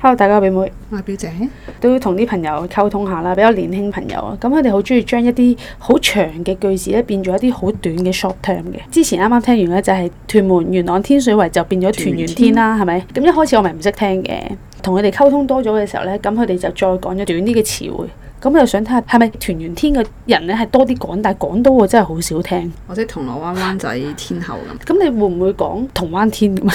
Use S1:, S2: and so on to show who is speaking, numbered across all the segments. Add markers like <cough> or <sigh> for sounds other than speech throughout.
S1: Hello，大家好，表妹
S2: 我係表姐，
S1: 都同啲朋友溝通下啦，比較年輕朋友啊，咁佢哋好中意將一啲好長嘅句子咧變咗一啲好短嘅 short term 嘅。之前啱啱聽完咧就係屯門元朗天水圍就變咗屯元天啦，係咪？咁一開始我咪唔識聽嘅，同佢哋溝通多咗嘅時候咧，咁佢哋就再講咗短啲嘅詞彙。咁我就想睇下係咪屯元天嘅人咧係多啲講，但係講到我真係好少聽。
S2: 或者銅鑼灣灣仔天后咁，
S1: 咁你會唔會講銅灣天咁啊？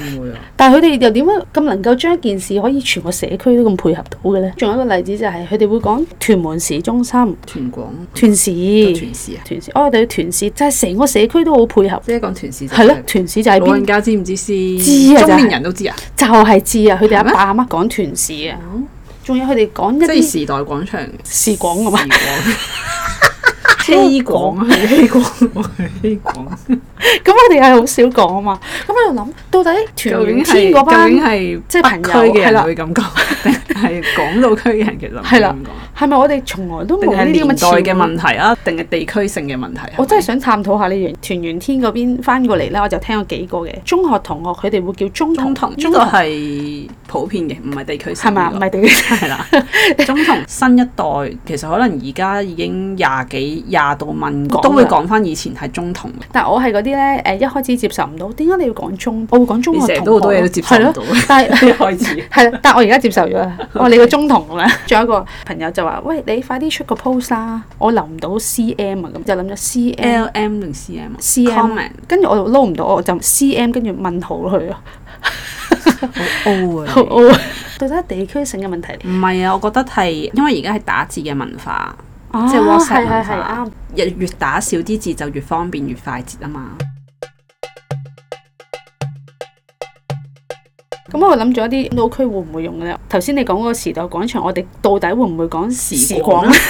S2: 唔會啊，
S1: 但係佢哋又點樣咁能夠將一件事可以全個社區都咁配合到嘅咧？仲有一個例子就係佢哋會講屯門市中心、
S2: 團廣
S1: 屯市、
S2: 都團市啊，
S1: 屯市，哦，我哋屯市，就係成個社區都好配合。
S2: 即係講團市就
S1: 係咯，屯市就係
S2: 老
S1: 邊
S2: 人家知唔知先？
S1: 知啊就係
S2: 中年人都知啊，
S1: 就係知啊！佢哋阿
S2: 係咩
S1: 爸阿媽講屯市啊，仲有佢哋講
S2: 即
S1: 一啲
S2: 係時代廣場、
S1: 市廣咁啊
S2: 時廣、 <laughs> 希廣啊，係希廣，我係希廣。
S1: <laughs> 咁，我哋係好少講啊嘛。咁我就諗，到底屯
S2: <laughs> 究竟
S1: 元 <laughs>
S2: 係
S1: 天嗰
S2: 究竟
S1: 班
S2: 係
S1: 即係朋
S2: 區
S1: 友
S2: 嘅
S1: 係
S2: 人
S1: 啦
S2: 會咁講， <laughs> 定係港島區嘅人其實唔會
S1: 係啦
S2: 咁講？
S1: 係咪我哋從來都
S2: 定
S1: 冇呢
S2: 係
S1: 啲
S2: 年
S1: 咁嘅
S2: 代
S1: 詞
S2: 嘅
S1: 彙
S2: 問題啊，定係地區性嘅問題啊？
S1: 我真係想探討下呢樣。團圓天嗰邊翻過嚟咧，我就聽過幾個嘅中學同學，佢哋會叫中同
S2: 中同呢
S1: 中
S2: 個
S1: 同
S2: 係普遍嘅，唔係地區性
S1: 係啊嘛？
S2: 呢個。
S1: 唔係
S2: <laughs>
S1: 地區
S2: 係啦，中同新一代其實可能而家已經廿幾廿度問
S1: 講啦
S2: 都會講翻以前係中同嘅，
S1: 但我係嗰啲咧誒，一開始接受唔到，點解你要講中？我會講中
S2: 你
S1: 學
S2: 成日
S1: 同
S2: 都好多嘢都
S1: 學，
S2: 接受
S1: 係
S2: 唔
S1: 咯。
S2: <laughs> 到，啊
S1: 但係 <laughs>
S2: 一開始。
S1: 係啦，但我而家接受咗啦。
S2: <laughs>
S1: 我話你個中同咁樣。仲有一個朋友就話：喂，你快啲出個 post 啦！我留唔到 CM 啊，咁就諗咗 CM。
S2: L M 定 C M 啊
S1: C M
S2: comment
S1: 跟住我就撈唔到，我就 C M 跟住問號佢
S2: <laughs>
S1: 咯，
S2: 好 O 啊
S1: 好！O 啊到底係地區性嘅問題，
S2: 你唔係啊，我覺得係因為而家係打字嘅文化，
S1: 啊
S2: 即係 WhatsApp
S1: 係係係
S2: 文化
S1: 啱。
S2: 越越打少啲字就越方便越快捷啊嘛。
S1: 咁我諗咗一啲老區會唔會用嘅咧？頭先你講嗰個時代廣場，我哋到底會唔會講時
S2: 廣
S1: 廣，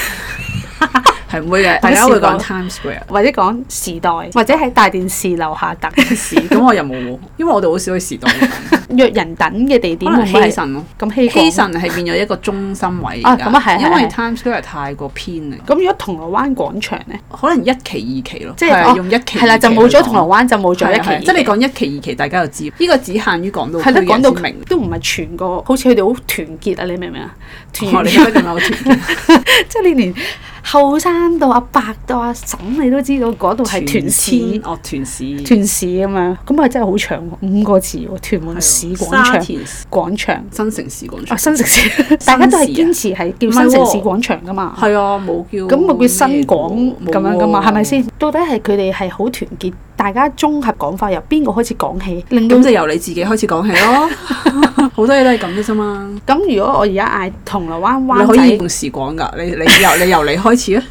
S2: <laughs> 係唔會嘅，大家會講
S1: 時光
S2: Times Square
S1: 或者講時代，或者喺大電視樓下
S2: <laughs>
S1: 等
S2: 市，咁我又冇喎，因為我哋好少去時代嘅，
S1: 約人等嘅地
S2: 可
S1: 點會
S2: 能
S1: 唔
S2: 希
S1: 會係
S2: 慎咯。
S1: 咁稀
S2: 希
S1: 廣？
S2: 慎係變咗一個中心位
S1: 啊
S2: 㗎
S1: 咁啊係
S2: 因
S1: 係
S2: 為
S1: 係
S2: Times Square 太過偏啦，
S1: 咁如果銅鑼灣廣場咧，
S2: 可能一期二期咯，
S1: 即係
S2: 係啊
S1: 哦
S2: 用一期
S1: 係啦，就冇咗銅鑼
S2: 灣
S1: 灣，就冇咗一期二期。
S2: 即係你啊講一期二期，大家就知呢個只限於港島
S1: 係
S2: 區
S1: 啦，
S2: 嘅
S1: 講
S2: 人
S1: 到
S2: 先明。
S1: 都唔係全個，好似佢哋好團結啊！你明唔明啊？團
S2: 我哋
S1: 結，
S2: 覺得咁有團
S1: <laughs> 即係你連後生到阿伯到阿嬸，你都知道嗰度係團市
S2: 千。哦團市
S1: 屯市咁樣，咁啊真係好長喎，五個字喎，屯門市廣
S2: 啊沙
S1: 場
S2: 田市
S1: 廣場
S2: 新城市廣
S1: 啊，
S2: 場，
S1: 新城
S2: <laughs>
S1: 市，大家都係堅持係叫新城市廣場噶嘛，
S2: 係啊冇叫
S1: 咁咪叫新廣
S2: 咩喎
S1: 咁樣噶嘛，
S2: 冇喎
S1: 係咪先？到底係佢哋係好團結，大家綜合講法由邊個開始講起，令到
S2: 咁就由你自己開始講起
S1: <laughs>
S2: 咯，好多嘢都係咁嘅啫嘛。
S1: 咁如果我而家嗌銅鑼灣
S2: 你可
S1: 灣
S2: 以
S1: 仔，
S2: 用時廣㗎，你你由你由你開始啊。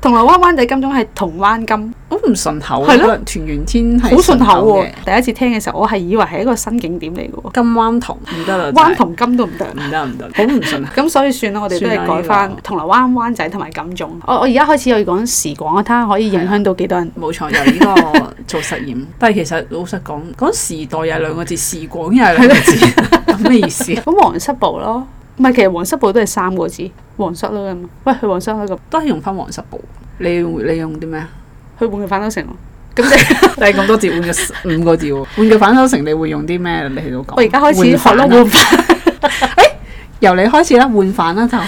S1: 銅鑼灣灣仔金鐘係銅灣金，
S2: 好唔順口啊，
S1: 係咯
S2: 可能團圓天係
S1: 好順口
S2: 嘅
S1: 喎。第一次聽嘅時候，我係以為係一個新景點嚟嘅喎，
S2: 金灣同唔得啦，
S1: 灣同金都唔得。
S2: 真係唔得唔得，好唔順 <laughs> 口。
S1: 咁所以算啦，我哋都係改
S2: 算啦
S1: 翻
S2: 呢
S1: 銅鑼灣、灣仔同埋金鐘。我我而家開始又要講時廣，睇下可以影響到幾多人。
S2: 冇錯，由呢個做實驗。 <laughs> 但係其實老實講，講時代又係兩個字，時廣又係兩個字， <laughs> 咁咩意思？
S1: 咁皇室部咯，唔係其實皇室部都係三個字，皇室咯咁。喂，去皇室去個，
S2: 都係用翻黃室部。你你用啲咩啊？
S1: 去換個反斗城喎。咁即係
S2: 你咁多字換咗五個字喎，換個反手成，你會用啲咩？你喺度講。
S1: 我而家開始學咯
S2: 換
S1: 換
S2: 反啊
S1: 反，
S2: 由你開始啦，換反啦就
S1: 因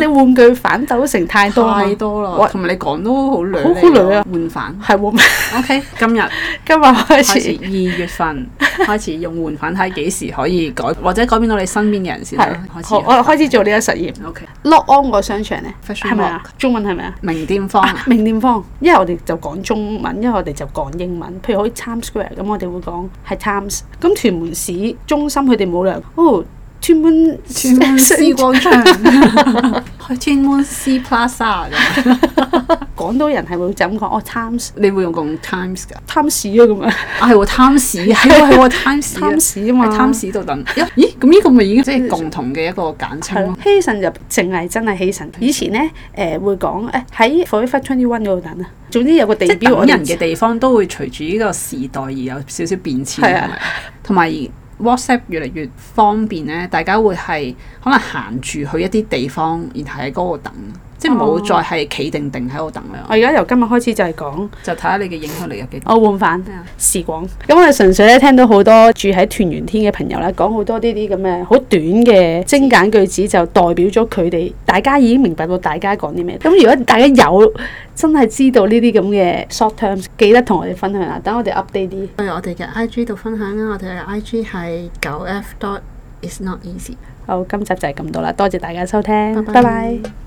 S1: 為你玩具反斗城太多啊嘛
S2: 太多
S1: 我
S2: 啦，同埋你講都好累，
S1: 好好累啊！
S2: 換反
S1: 係換。 <laughs>
S2: ，OK，今日。
S1: 今日開
S2: 開始
S1: 始
S2: 二月
S1: <laughs>
S2: 份開始用換反睇幾時可以改，或者改變到你身邊嘅人先啦。
S1: 係，好
S2: 開始啊
S1: 我開始做呢個實驗。
S2: OK，
S1: 樂安個商場咧，
S2: Fashion
S1: 係咪啊？中文係咪啊？
S2: 名店坊
S1: <laughs>
S2: 啊，
S1: 名店坊，因為我哋就講中文，因為我哋就講英文。譬如好似 Times Square 咁，我哋會講係 Times。咁屯門市中心佢哋冇理由哦，屯門
S2: 屯
S1: <laughs>
S2: 門 C 廣 <laughs> 場，去屯門 C Plaza 咁。
S1: 廣東人係會就咁講哦，Times
S2: 你會用用 Times 㗎？
S1: Times 市啊咁樣
S2: 啊係喎，Times 係喎係喎
S1: <laughs>
S2: ，Times
S1: ，Times 市啊嘛
S2: 喺 Times 度等。咦咦，咁呢個咪已經即係共同嘅一個簡稱
S1: 係咯。
S2: 咯
S1: 希慎就淨係真係希慎。以前咧誒、呃、會講誒喺 Forever Twenty One 嗰度等啊，總之有個地
S2: 即係
S1: 標
S2: 等
S1: 我哋
S2: 人嘅地方都會隨住呢個時代而有少少變遷，
S1: 係啊
S2: 同埋同埋 WhatsApp 越嚟越方便咧，大家會係可能行住去一啲地方，然後喺嗰度等，即係冇再係企定定喺度等
S1: 我
S2: 啦，
S1: 而家由今日開始就係講
S2: 就睇下你嘅影響力有幾大。
S1: 我換飯
S2: 咩啊
S1: 時光。咁我哋純粹咧聽到好多住喺團圓天嘅朋友咧，講好多呢啲咁嘅好短嘅精簡句子，就代表咗佢哋大家已經明白到大家講啲咩。咁如果大家有真係知道呢啲咁嘅 short terms，記得同我哋分享啦，等我哋 update 啲。
S3: 去我哋嘅 I G 度分享啦，我哋嘅 I G 係九 F dot is not easy。
S1: 好，今集就係咁多啦，多謝大家收聽，
S3: 拜拜
S1: 拜拜